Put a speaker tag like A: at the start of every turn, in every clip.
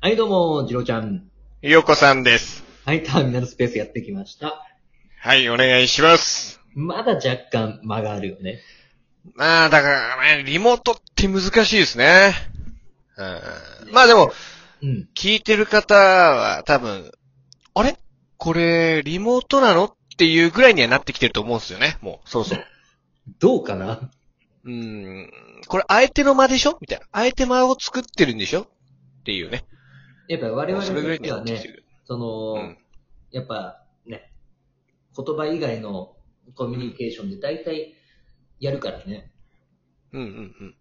A: はい、どうも、ジローちゃん。
B: よこさんです。
A: はい、ターミナルスペースやってきました。
B: はい、お願いします。
A: まだ若干間があるよね。
B: まあ、だからね、リモートって難しいですね。うん、まあでも、
A: うん。
B: 聞いてる方は多分、あれこれ、リモートなのっていうぐらいにはなってきてると思うんですよね。もう、そろそろ。
A: どうかな
B: うん、これ、相手の間でしょみたいな。相手間を作ってるんでしょっていうね。
A: やっぱ我
B: もう
A: 々
B: それぐらい
A: に
B: には
A: は
B: なってきて
A: ね、
B: る。
A: その、
B: うん
A: やっぱね、言葉以外のコミュニケーションで大体やるからね、
B: うんうんうん。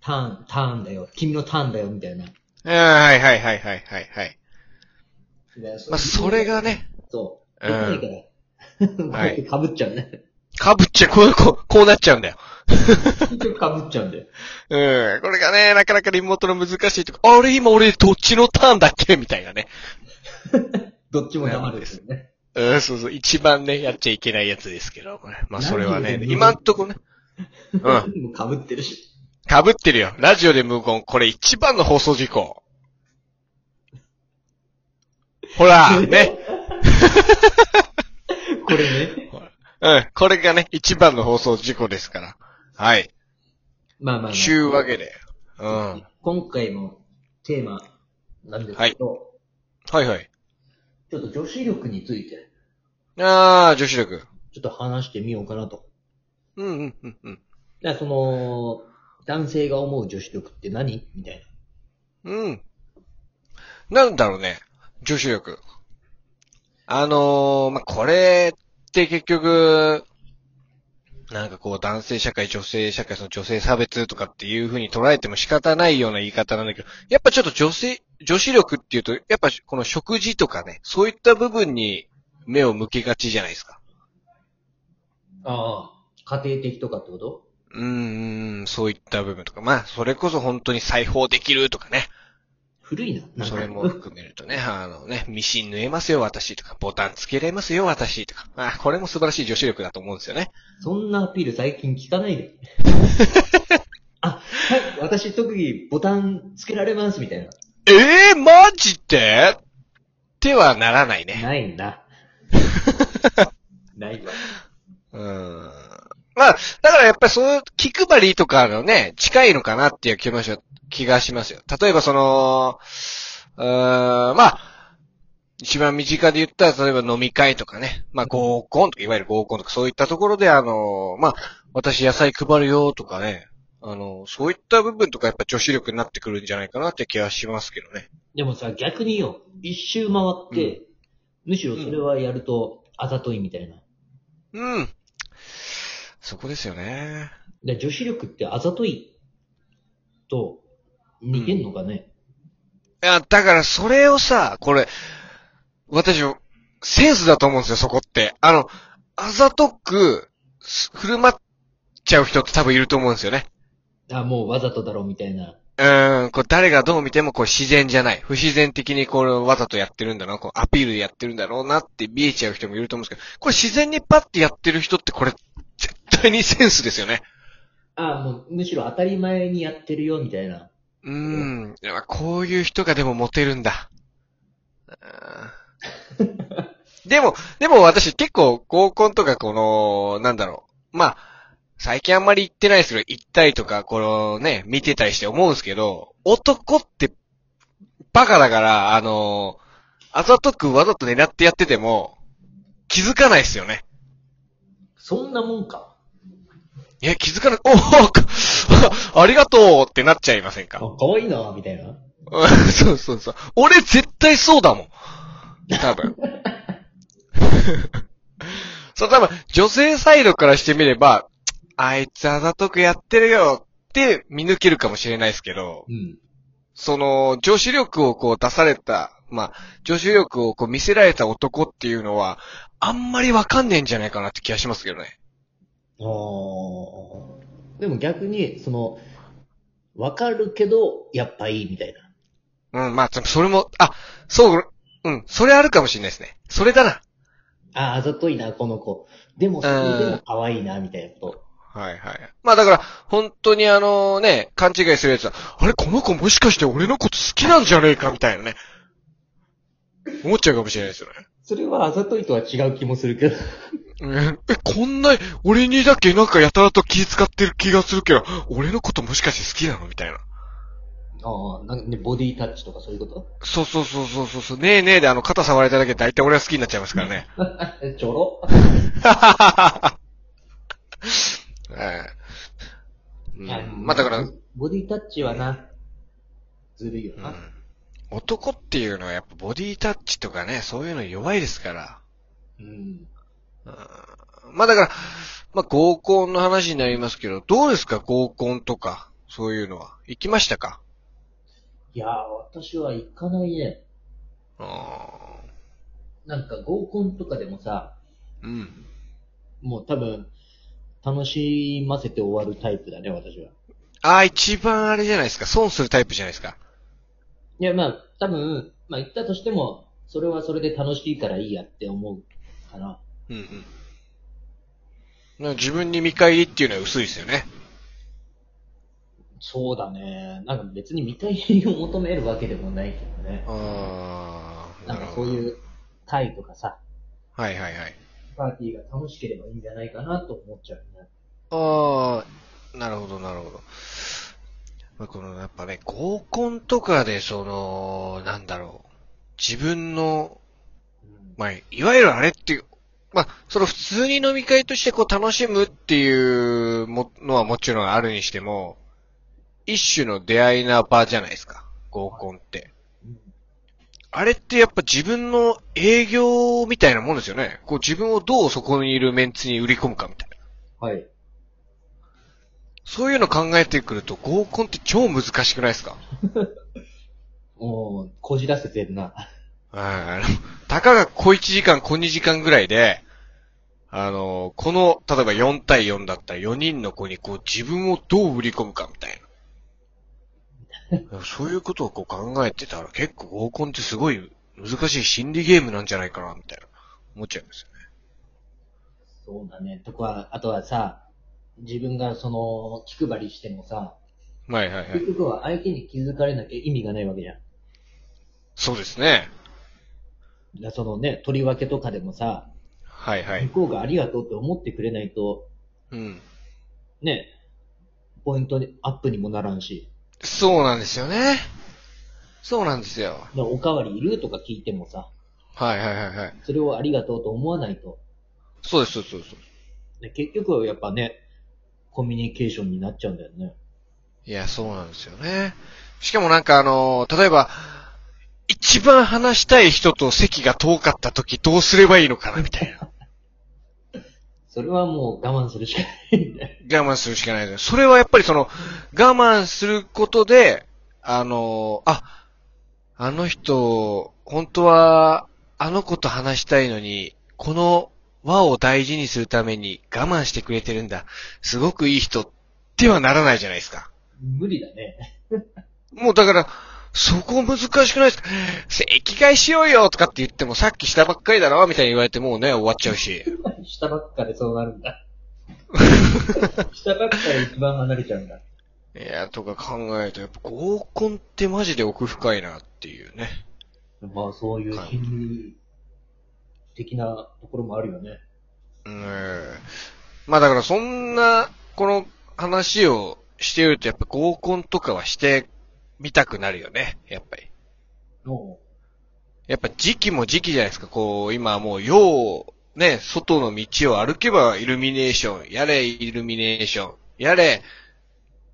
A: ターン、ターンだよ、君のターンだよ、みたいな。
B: あーはいはいはいはいはいはい。
A: で
B: まあ、それが、ね、
A: そう、
B: う
A: で
B: ん
A: きないから。こう やって被っちゃうね。
B: かぶっちゃ、こう、こう、こうなっちゃうんだよ。
A: 結局被っちゃうんだよ。
B: うん。これがね、なかなかリモートの難しいとこ、あれ今俺どっちのターンだっけみたいなね。
A: どっちも黙るんですよね。
B: うん、そうそう。一番ね、やっちゃいけないやつですけど、これまあそれは
A: ラ
B: ね、
A: ジオで
B: 今んとこね。うん。被
A: もう被ってるし。
B: ってるよ。ラジオで無言。これ一番の放送事項。ほら、ね。
A: これね。
B: うん。これがね、一番の放送事項ですから。はい。
A: まあまあ、まあ。
B: ちゅうわけで。うん。は
A: 今回もテーマなんですけど、
B: いはい。
A: ちょっと女子力について、
B: あー、女子力。
A: ちょっと話してみようかなと。
B: うんうんうんうん。
A: だからその、男性が思う女子力って何みたい
B: うん。なんだろうね。女子力。あのー、まあ、これって結局、なんかこう男性社会、女性社会、その女性差別とかっていう風に捉えても仕方ないような言い方なんだけど、やっぱちょっと女性、女子力っていうと、やっぱこの食事とかね、そういった部分に目を向けがちじゃないですか。
A: な。ああ。家庭的とかってこと
B: うーん、そういった部分とか。まあ、それこそ本当に裁縫できるとかね。
A: 古いな。なんか
B: それも。含めるとね、あのね、ミシン縫えますよ私とか、ボタンつけれますよ私とか、あ、これも素晴らしい女子力だと思うんですよね。
A: そんなアピール最近聞かない で。あ、はい、私特技ボタンつけられますみたいな。
B: ええマジってってはならないね。
A: ない な。ないわ。
B: うーん。まあ、だからやっぱりそういう気配りとかのね、近いのかなっていう気もし気がしますよ。例えばその、うーん、まあ、一番身近で言ったら、例えば飲み会とかね。まあ合コンとか、いわゆる合コンとか、そういったところで、あの、まあ、私野菜配るよとかね。あの、そういった部分とかやっぱ女子力になってくるんじゃないかなって気はしますけどね。
A: でもさ、逆によ、一周回って、むしろそれはやると、あざといみたいな。
B: うん。そこですよね。
A: で女子力ってあざといと似てんのかね、
B: いや、だからそれをさ、これ、私、センスだと思うんですよ、そこって。あの、あざとく、す振る舞っちゃう人って多分いると思うんですよね。
A: あ、もうわざとだろみたいな。
B: うーん、こう誰がどう見てもこう自然じゃない。不自然的にこうわざとやってるんだな、こうアピールでやってるんだろうなって見えちゃう人もいると思うんですけど、これ自然にパッてやってる人ってこれ、絶対にセンスですよね。
A: あ、もうむしろ当たり前にやってるよみたいな。
B: うーん。いやこういう人がでもモテるんだ。あーでも、でも私結構合コンとかこの、なんだろう。まあ、最近あんまり行ってないですけど、行ったりとか、このね、見てたりして思うんですけど、男って、バカだから、あのあざとくわざと狙ってやってても、気づかないですよね。
A: そんなもんか。
B: いや、気づかな、おお ありがとうってなっちゃいません
A: あ、
B: か
A: かわいいなみたいな。
B: うん そうそうそう。俺絶対そうだもん。多分。 そう、多分、女性サイドからしてみれば、あいつあざとくやってるよって見抜けるかもしれないですけど、
A: うん。
B: その、女子力をこう出された、まあ、女子力をこう見せられた男っていうのは、あんまりわかんねえんじゃないかなって気がしますけどね。
A: あーでも逆に、その、わかるけど、やっぱいいみたいな。
B: うん、まあ、それも、あ、そう、うん、それあるかもしれないですね。それだな。
A: あ、あざといな、この子。でも、それでも可愛いな、みたいなこと。
B: はいはい。まあだから、本当にあのね、勘違いするやつは、あれ、この子もしかして俺のこと好きなんじゃねえかみたいなね。思っちゃうかもしれないですよね。
A: それはあざといとは違う気もするけど。
B: うんえ、こんな、俺にだけなんかやたらと気使ってる気がするけど、俺のこともしかして好きなのみたいな。
A: ああ、なんかね、ボディタッチとかそういうこと
B: そうそうそうそうそうそう。ねえねえであの肩触られただけで大体俺は好きになっちゃいますからね。
A: えちょろ
B: はい。う
A: いや
B: んまあだから、うん、。
A: ボディタッチはな、ずるいよな。
B: 男っていうのはやっぱボディタッチとかね、そういうの弱いですから。
A: うん。
B: うんまあだから、まあ合コンの話になりますけど、どうですか合コンとか、そういうのは。行きましたか
A: いやー、私は行かないね。
B: あ
A: なんか合コンとかでもさ、
B: ーうん。
A: もう多分、楽しませて終わるタイプだね、私は。
B: ああ、一番あれじゃないですか。損するタイプじゃないですか。
A: いや、まあ、多分、まあ行ったとしても、それはそれで楽しいからいいやって思うかな。
B: うんうん。なんか自分に見返りっていうのは薄いですよね。
A: そうだね。なんか別に見返りを求めるわけでもないけどね。
B: ああ。
A: なんかそういう会とかさ、
B: はいはいはい。
A: パーティーが楽しければいいんじゃないかなと思っちゃうね。
B: ああ、なるほど、なるほど。まあこの、やっぱね、合コンとかで、その、なんだろう。自分の、
A: うん
B: まあ、いわゆるあれっていう、まあ、その普通に飲み会としてこう楽しむっていうものはもちろんあるにしても、一種の出会いな場じゃないですか。合コンって。
A: うん
B: あれってやっぱ自分の営業みたいなもんですよね。こう自分をどうそこにいるメンツに売り込むかみたいな。
A: はい。
B: そういうの考えてくると合コンって超難しくないですか
A: おーこじらせてるな。
B: はいあの、たかが小1時間、小2時間ぐらいで、あの、この、例えば4対4だったら4人の子にこう自分をどう売り込むかみたいな。そういうことをこう考えてたら結構合コンってすごい難しい心理ゲームなんじゃないかな、みたいな。思っちゃいますよね。
A: そうだね。とか、あとはさ、自分がその、気配りしてもさ、
B: はいはいはい
A: 結。局は相手に気づかれなきゃ意味がないわけじゃん。だか
B: そうですね。
A: らそのね、取り分けとかでもさ、
B: はいは
A: 向
B: い。
A: こうがありがとうって思ってくれないと、
B: うん。
A: ね、ポイントにアップにもならんし、
B: そうなんですよね。そうなんですよ。
A: だからおかわりいるとか聞いてもさ、
B: はいはいはいはい。
A: それをありがとうと思わないと、
B: そうです、そうですそうです。
A: で結局はやっぱね、コミュニケーションになっちゃうんだよね。
B: いや、そうなんですよね。しかもなんかあの、例えば、一番話したい人と席が遠かった時どうすればいいのかな、みたいな。
A: それはもう我慢するしかないんだよ。
B: 我慢するしかないです。それはやっぱりその、我慢することで、あの、あ、あの人、本当は、あの子と話したいのに、この和を大事にするために我慢してくれてるんだ。すごくいい人ってはならないじゃないですか。
A: 無理だね。
B: もうだから、そこ難しくないですか席替えしようよとかって言ってもさっきしたばっかりだろみたいに言われてもうね、終わっちゃうし。
A: 下ばっかでそうなるん だ。下ばっかで一番離れちゃうんだ。
B: いや、とか考えると、やっぱ合コンってマジで奥深いなっていうね。
A: まあそういう心理的なところもあるよね。
B: うん。まあだからそんな、この話をしているとやっぱ合コンとかはしてみたくなるよね。やっぱり。
A: の
B: やっぱ時期も時期じゃないですか。こう、今もう、よう、ね、外の道を歩けばイルミネーション、やれイルミネーション、やれ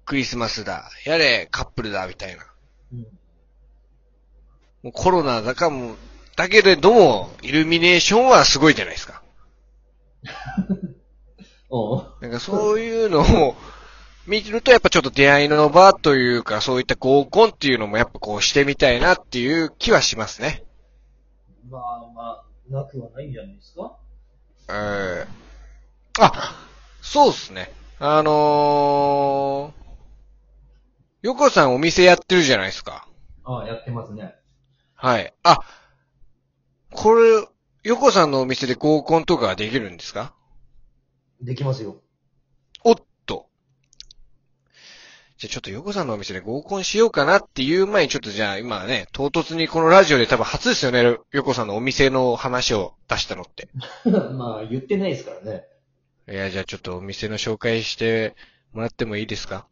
B: クリスマスだ、やれカップルだ、みたいな。
A: うん。
B: もうコロナだかも、だけれども、イルミネーションはすごいじゃないですか。
A: お
B: なんかそういうのを見ると、やっぱちょっと出会いの場というか、そういった合コンっていうのもやっぱこうしてみたいなっていう気はしますね。
A: まあまあ、なくはないんじゃないですか
B: えー、あ、そうですね。あのー、ヨコさんお店やってるじゃないですか。
A: ああ、やってますね。
B: はい。あ、これ、ヨコさんのお店で合コンとかはできるんですか
A: できますよ。
B: おっじゃあちょっとヨコさんのお店で合コンしようかなっていう前にちょっとじゃあ今ね、唐突にこのラジオで多分初ですよね、ヨコさんのお店の話を出したのって。
A: まあ、言ってないですからね。
B: いや、じゃあちょっとお店の紹介してもらってもいいです か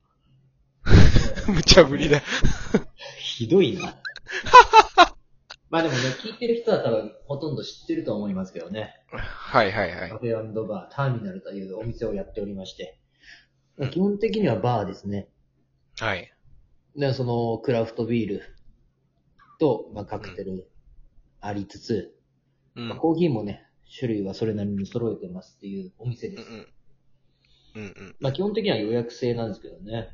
B: 無茶ぶりだ。
A: ひどいな。 まあでもね、聞いてる人は多分、ほとんど知ってると思いますけどね。
B: はいはいはい
A: カ。フェバーターミナルというお店をやっておりまして
B: うん。
A: 基本的にはバーですね。
B: はい。
A: で、その、クラフトビールと、まあ、カクテルありつつ、
B: うん。う
A: まあ
B: ん
A: コーヒーもね、種類はそれなりに揃えてますっていうお店
B: う
A: です。
B: ん。うんうん。
A: まあ、基本的には予約制なんですけどね。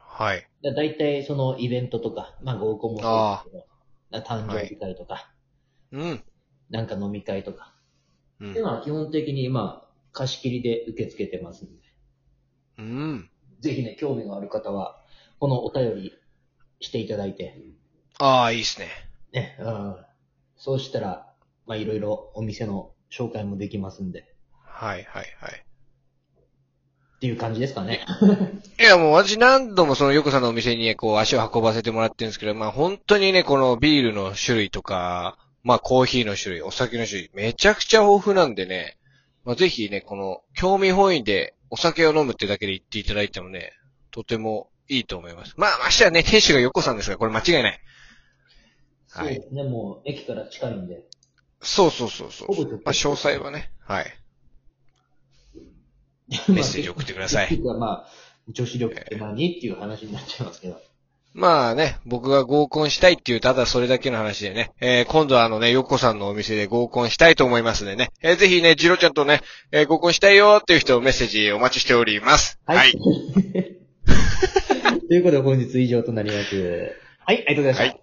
B: はい。
A: だ大体、その、イベントとか、まあ、合コンもそうですけど、だ誕生日会とか、
B: うん。
A: なんか飲み会とか。
B: う
A: で、
B: ん。
A: まあ、基本的に、まあ、貸し切りで受け付けてますんで、
B: うん。
A: ぜひね、興味がある方は、このお便りしていただいて、
B: ああ、いいっすね。
A: ね、うん。そうしたら、まあ、いろいろお店の紹介もできますんで、
B: はいはいはい。
A: っていう感じですかね。
B: いや、もう私何度もそのヨコさんのお店にね、こう足を運ばせてもらってるんですけど、まあ本当にね、このビールの種類とか、まあコーヒーの種類、お酒の種類、めちゃくちゃ豊富なんでね、まあぜひね、この興味本位でお酒を飲むってだけで言っていただいてもね、とてもいいと思います。まあましてはね、店主がヨコさんですから、これ間違いない。
A: そう
B: はい
A: ですね、もう、駅から近いんで。
B: そうそうそうそう。
A: ほぼ直接
B: まあ詳細はね、はい。
A: メ
B: メッセージ送ってください。
A: まあ、まあ、女子力って何っていう話になっちゃいますけど。
B: まあね、僕が合コンしたいっていう、ただそれだけの話でね、えー、今度はあのね、ヨッコさんのお店で合コンしたいと思いますんでね、えー、ぜひね、ジロちゃんとね、えー、合コンしたいよーっていう人をメッセージお待ちしております。 はい。。
A: ということで本日以上となります。はい、ありがとうございました。
B: はい